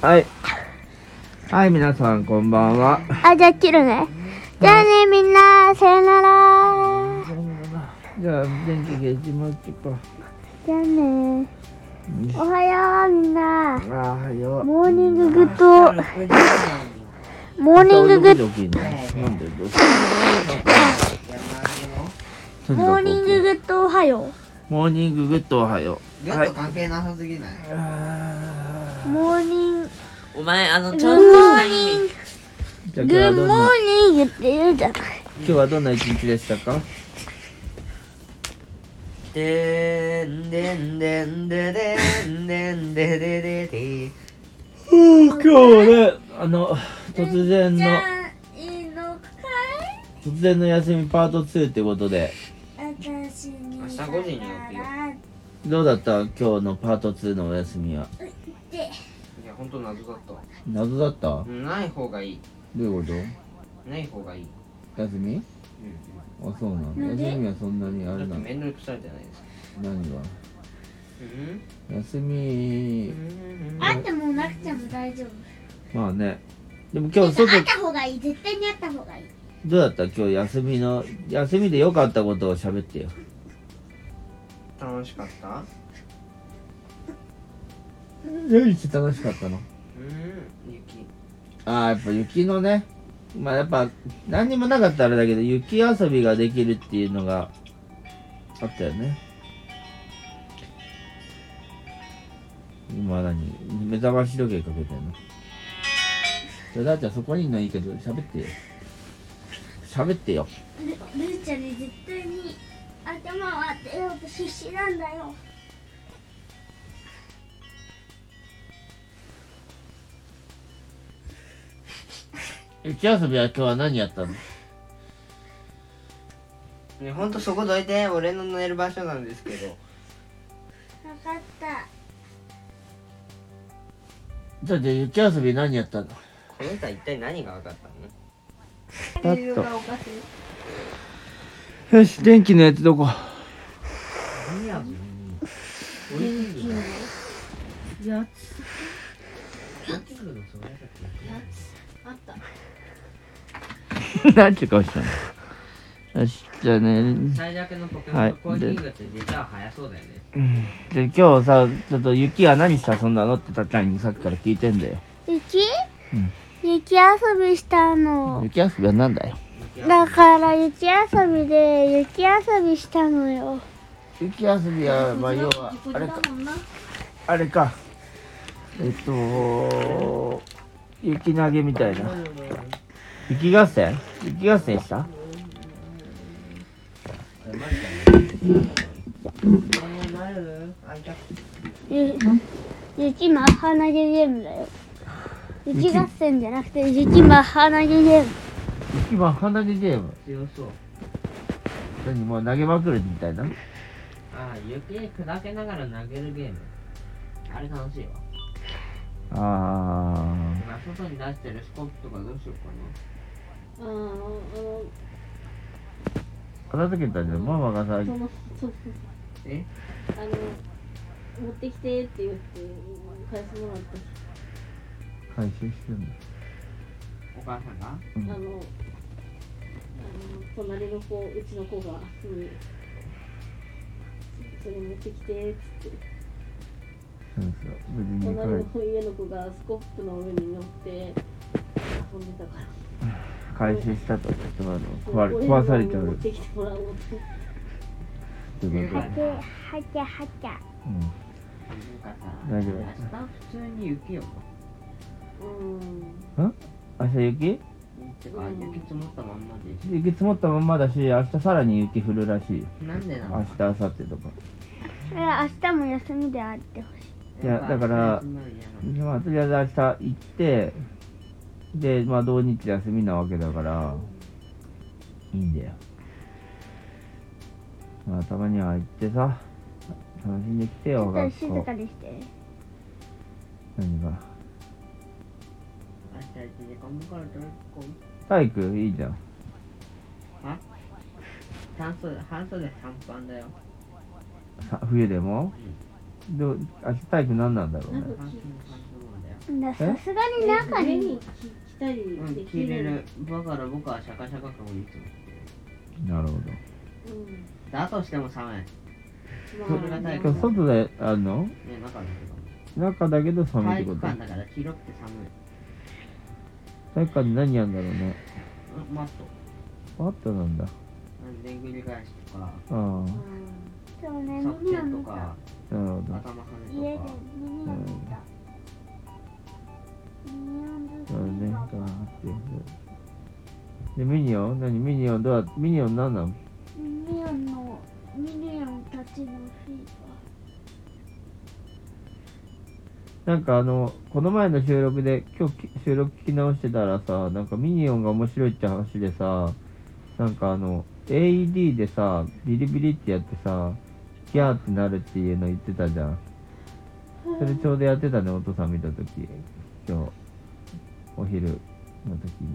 はい。はい、皆さん、こんばんは。あ、じゃあ切るね。じゃあね、みんな、さよなら。じゃあ、電気消しましょうか。じゃあね。おはよう、みんな。あー、よ。モーニンググッ ド。モーニンググッド。ッド。なんでどうモーニンググッドおはよ。モーニンググッドおはよう。グッと関係なさすぎないうモーニング、お前、あの、ちグょッっとしモたー意ニン味グ、じゃあグ今日はどッんモな、ーニングって言うじゃない。今日はどんな一日でしたかでんでんでんででんでんでででで今日ね、あの、突然の、あ、いいのか突然の休みパート2ってことで、い私に。明日5時に起きよどうだった今日のパート2のお休みは。いや、ほんと謎だったわ謎だったどない方がいい。ういうこない方がいい。と休みあ、そうなの。休みはそんなにあだれってなの。面倒くさいじゃないですか。何がうん休み、あってもなくても大丈夫。まあね。でも今日外、た方がいい。絶対にあった方がいい。どうだった今日休みの、休みで良かったことを喋ってよ。楽しかった何して楽しかったのうん、雪。ああ、やっぱ雪のね、まあやっぱ何にもなかったらあれだけど、雪遊びができるっていうのがあったよね。今何目覚まし時計かけてんのじゃあ、だーちゃんそこにいんのいいけど、喋ってよ。喋ってよ。ルルーちゃんに絶対に頭を当てようと必死なんだよ雪遊びは今日は何やったのね、ほんとそこどいて、俺の寝る場所なんですけど。分かったじゃあ、じゃあ雪遊び何やったのこの歌一体何が分かったのパッと。よし、電気のやつどこ 何て顔したのよし、じゃあね、最弱のポケはモンいとコーヒーがって実は早そうだよね、うんで今日さ、ちょっと雪は何して遊んだのってたっちゃんにさっきから聞いてんだよ。雪、うん雪遊びしたの雪遊びは何だよ。だから雪遊びで雪遊びしたのよ雪遊びは、まあ、要は、あれか。あれか。えっと、雪投げみたいな。雪合戦雪合戦したゆ雪マッハ投げゲームだよ雪合戦じゃなくて雪マッハ投げゲーム雪は鼻毛ゲーム。強そう何もう投げまくるみたいな。ああ雪砕けながら投げるゲームあれ楽しいわあ今外に出してるスコープとかどうしようかなー。片付けたんじゃん。ママがさ、そのそうそうえあの持ってきてって言って返してもらった、回収してんの。お母さんがうんあのあの隣の子うちの子がすぐそれ持ってきてっつってそうそう。無事に隣帰の家の子がスコップの上に乗って遊んでたから回収したとか言ってもらうの壊れ壊されちゃ俺のも持うってきてもらおうってってことはてはてうはてん大丈夫明日普通に雪ようん明日雪てか雪積もったまんまで雪積もったまんまだし明日さらに雪降るらしいよなんでな明の日明後日とかそれは明日も休みであってほしいいやだからまあとりあえず明日行ってでまあ土日休みなわけだからいいんだよまあたまには行ってさ楽しんできてちよょっと学静校かにして何が明日1時間から取り込む体育いいじゃん半袖半袖半パンだよさ冬でもどう明日体育何なんだろうなねんか半き袖半ズボンだよださすがに中上にに着たりうん、で切きれる。る。だから僕はシャカシャカかもいいと思なるほどうん。う。だとしても寒い。ね、まそれが大これ根あ、外であんの中だけど。中だけど寒いっ体てこ育と館だから広くて寒い。体育館で何やんだろうねうんマット。あったなんだうんでんぐり返しとか、ああうんそうね側耳を転見とたか、なるほ頭ど跳家ねでとか。耳を見たそうだねガーってでミニオン何ミニオンどうやミニオン何なのミニオンのミニオンたちのフィーバーなんかあのこの前の収録で今日き収録聞き直してたらさなんかミニオンが面白いって話でさなんかあの AED でさビリビリってやってさギャーってなるっていうの言ってたじゃんそれちょうどやってたねお父さん見た時今日お昼の時に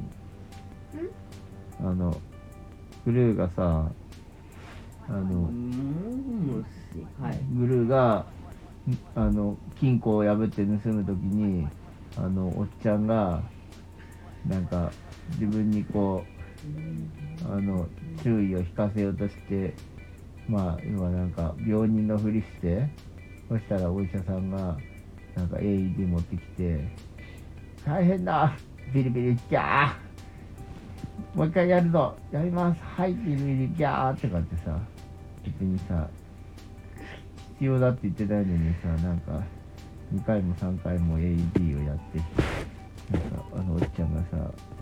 あのグルーがさあうのん、はい。グルーがんあの金庫を破って盗む時にあのおっちゃんがなんか自分にこうあの注意を引かせようとしてまあ要はなんか病人のふりしてそしたらお医者さんがなんか AED 持ってきて「大変だビリビリギャーもう一回やるぞやりますはいビリビリギャー」とかってさ別にさ必要だって言ってないのにさなんか2回も3回も AED をやってなんかあのおっちゃんがさ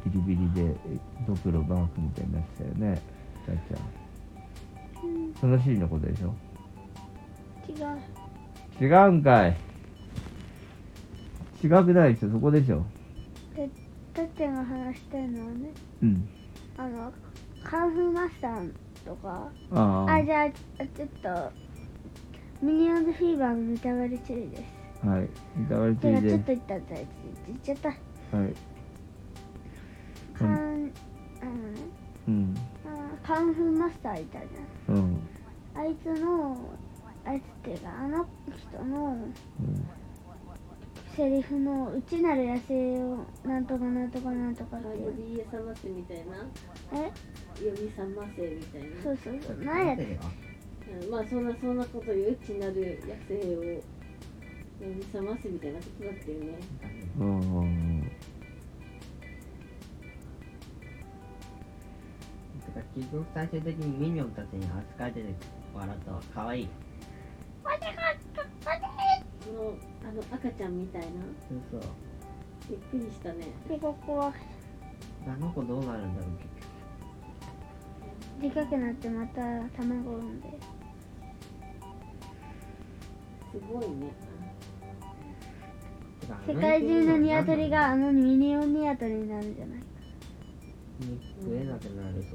ビリビリでえドクロマークみたいになってたよねさっちゃんそのシーンのことでしょ違う違うんかい違くないでしょそこでしょたっちゃんが話してるのはねうんあのカンフーマスターとかああじゃあちょっとミニオンズフィーバーのネタバレ注意ですあはい歌われてていかでちょっすと言ったんだ言っちゃったはいカン、うんうんあカンフーマスターいたじうんゃんあいつのあいつっていうかあの人のうんセリフの「内なる野生をなんとかなんとかなんとか」ってい呼うび覚ませみたいな。え呼び覚ませみたいな。そうそうそう何やっうんまあそんなそんなこと言うちなる野生を呼び覚ませみたいなことだったよね。うんうんうんてか結局最終的にミニオンたちに扱われてる笑ったわ可愛いそのあの赤ちゃんみたいな。そうそうびっくりしたね。てここはあの子どうなるんだろう結局でかくなってまた卵を産んですごいね。てかあ世の界中のニワトリが生あのミニオンニワトリになるんじゃないき物は何なの食えなくなる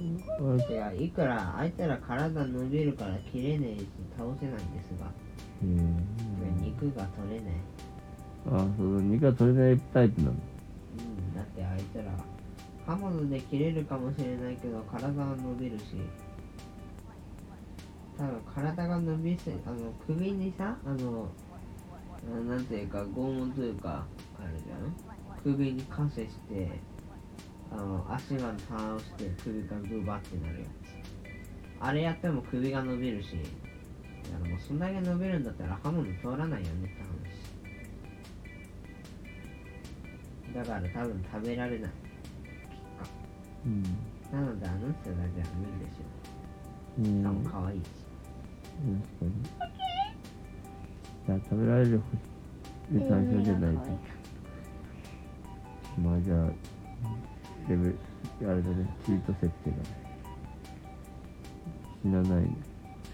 うんぞてかいくらあいつら体伸びるから切れねえし倒せないんですが肉が取れないああその肉が取れないタイプなのうんだってあいつら刃物で切れるかもしれないけど体は伸びるし多分体が伸びすあの首にさあのあなんていうか拷問というかあれじゃん首にカセしてあの足が倒して首がグバってなるやつあれやっても首が伸びるしだからもうそんだけ伸びるんだったら刃物通らないよねって話だから多分食べられない。うんなのであの人だけは無理でしうょ。しんか確かも可愛いし。にじゃあ食べられるで対象じゃないとまあじゃあレベルあれだねチート設定だね死なないね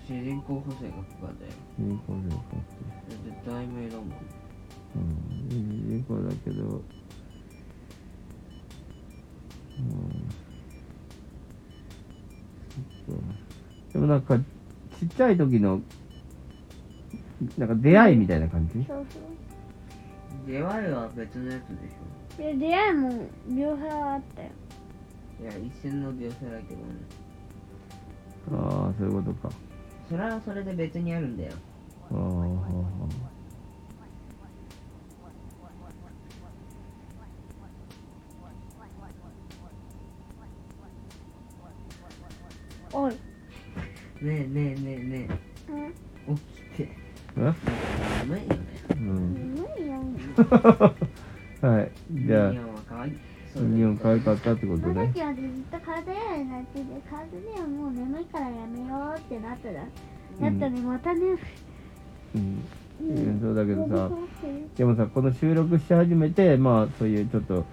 主人公補正が不可だよ。有効量かだって題名だもん。うん有効だけどうんそっかでもなんかちっちゃい時のなんか出会いみたいな感じそうそう出会いは別のやつでしで出会いも描写はあったよょ。いや、一瞬の描写だけどね。ああそういうことかそれはそれで別にあるんだよ。ああはあはあおい。ねえねえねえねうん。え起きてうん眠いよねうん 無理よ。はいじゃあミニオンは可愛いそうだ日よ本可愛かったってこそとのね時はずっと体やになってて、体ではもう眠いからやめようってなったら、なったのにまたね、うん、うんそうだけどさ戻ってるでもさこの収録し始めてまあそういうちょっと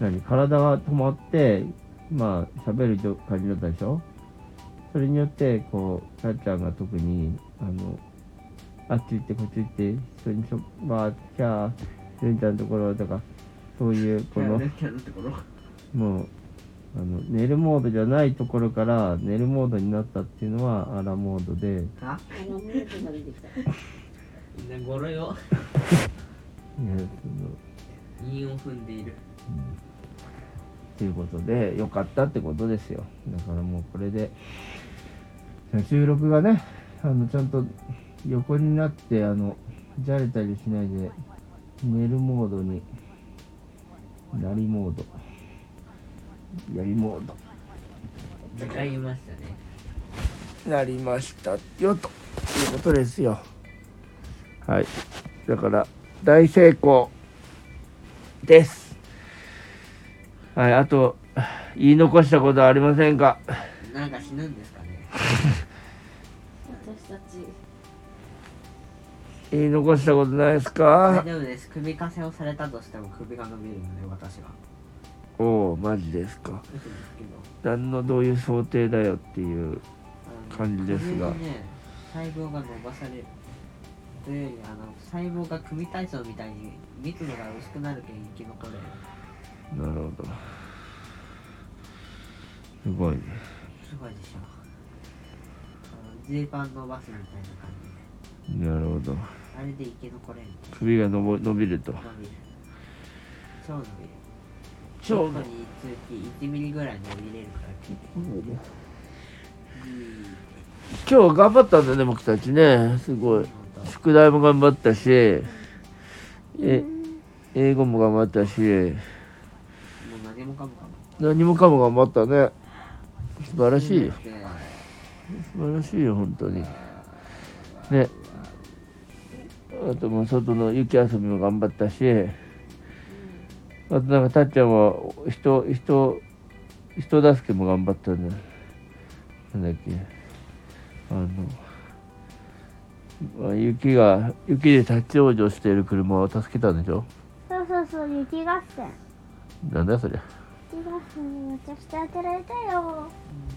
何体が止まってまあ喋るじょ感じだったでしょそれによってこうさっちゃんが特にあのあっち行ってこっち行って人にしょまあキャーレンちゃんのところとかそういうこキャのラキャラってところもうあの寝るモードじゃないところから寝るモードになったっていうのはアラモードではあの、もうちょっと出てきた。ねゴロよいやその韻を踏んでいるということで良かったってことですよだからもうこれで収録がねあのちゃんと横になってあのじゃれたりしないで寝るモードになりモードやりモード使いましたねなりましたよということですよはいだから大成功ですはいあと言い残したことはありませんかなんか死ぬんですかね私たち。言い残したことないですか大丈夫です首かせをされたとしても首が伸びるので私はおおマジですか嘘ですけど何のどういう想定だよっていうあの感じですが首にね細胞が伸ばされるというよりあの細胞が組体操みたいに密度が薄くなるけん生き残れるなるほどすごいねすごいでしょあのジーパン伸ばすみたいな感じでなるほどあれで生き残れる首がのぼ伸びると伸びる超伸びる超1個につき1ミリぐらい伸びれるから結今日頑張ったんだね僕たちねすごい構宿題も頑張ったしえ英語も頑張ったしもう何もかもかも何もかも頑張ったね素晴らしいよで素晴らしいよ本当にねあともう外の雪遊びも頑張ったしあとなんかたっちゃんは人人人助けも頑張ったねなんだっけあのまあ雪が雪で立ち往生している車を助けたんでしょそうそうそう、雪合戦。なんだそりゃ雪合戦にめちゃくちゃ当てられたよ。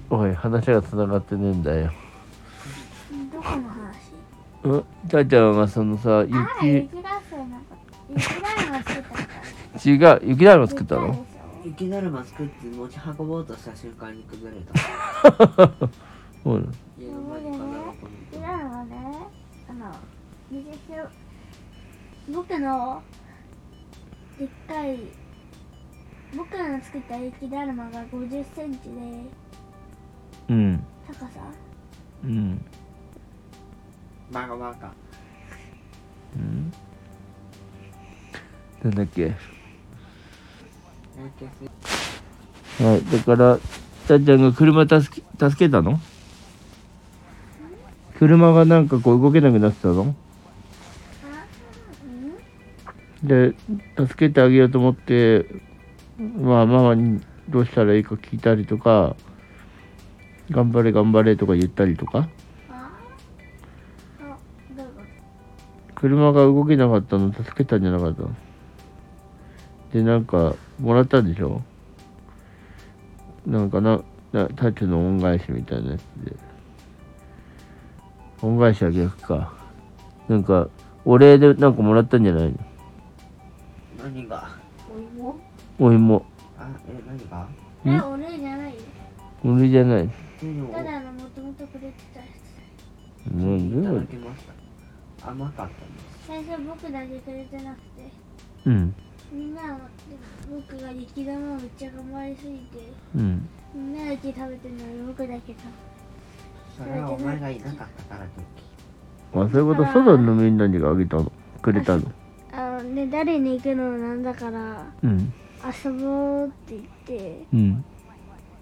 おい話がつながってねえんだよどこの話うんたっちゃんはそのさ雪、ああ、雪合戦のこと。雪だるま作ったから。違う雪だるま作ったでのしょ雪だるま作って持ち運ぼうとした瞬間に崩れたそうなの家の前に飾ろうと思って違うのはね、あの、めちゃくちゃ僕のでっかい、僕の作った雪だるまが50センチで、うん高さうんバカバカうんなんだっけなんかすはいだからたっちゃんが車助け助けたの車がなんかこう動けなくなってたのあ、うんで助けてあげようと思ってまあママにどうしたらいいか聞いたりとか頑張れ頑張れとか言ったりとかああ、どうぞ。車が動けなかったの助けたんじゃなかったのでなんかもらったんでしょなんかななタッチの恩返しみたいなやつで恩返しは逆かなんかお礼でなんかもらったんじゃないの何がお芋お芋あえ何がえ、俺じゃないよ。お礼じゃないでもただの、もともとくれてたやつ。なんでいたこだれきました甘かったです最初僕だけくれてなくて、うんみんなは、僕が雪玉をめっちゃ頑張りすぎて、うんみんなだけ食べてるのに僕だけ食べてそれはお前がいなかったからとあそういうことサザンのみんなにあげたのくれたのあのね、誰に行くのもなんだからうん遊ぼうって言ってうん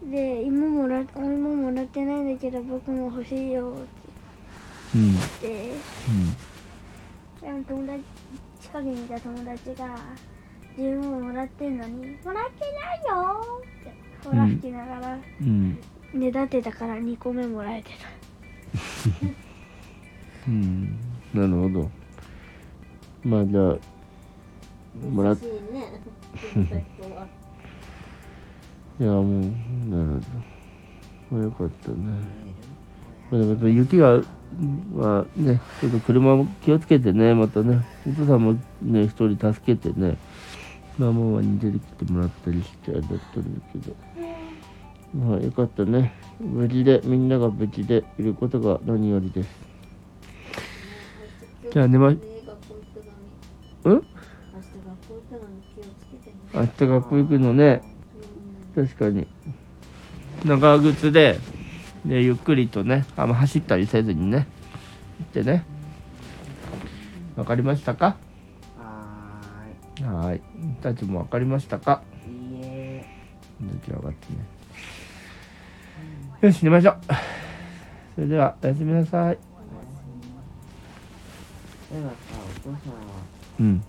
で今もら俺ももらってないんだけど僕も欲しいようんってうん言って友達近くにいた友達が自分ももらってんのに「もらってないよ!」ってほら吹きながら、うんねだってたから2個目もらえてたうんなるほどまあじゃあもらっ優しいね。 優しい子はいやもうなるほどまあよかったねまあでもやっぱ雪がはねちょっと車も気をつけてねまたねお父さんもね一人助けてねママはに出てきてもらったりしてあれだったんだけどまあよかったね無事でみんなが無事でいることが何よりですじゃあ寝まね学校行ったのにうん明日学校行ったのに気をつけてね。明日学校行くのね確かに長靴ででゆっくりとねあんま走ったりせずにね行ってねわかりましたかははーいたちもわかりましたかーいいいえどちらがってねよし寝ましょうそれではおやすみなさいそういえばさお父さんはうん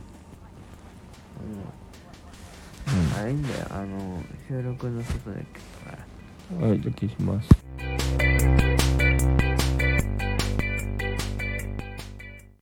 あの、あれいいんだよあの収録の外ではいじゃあ消します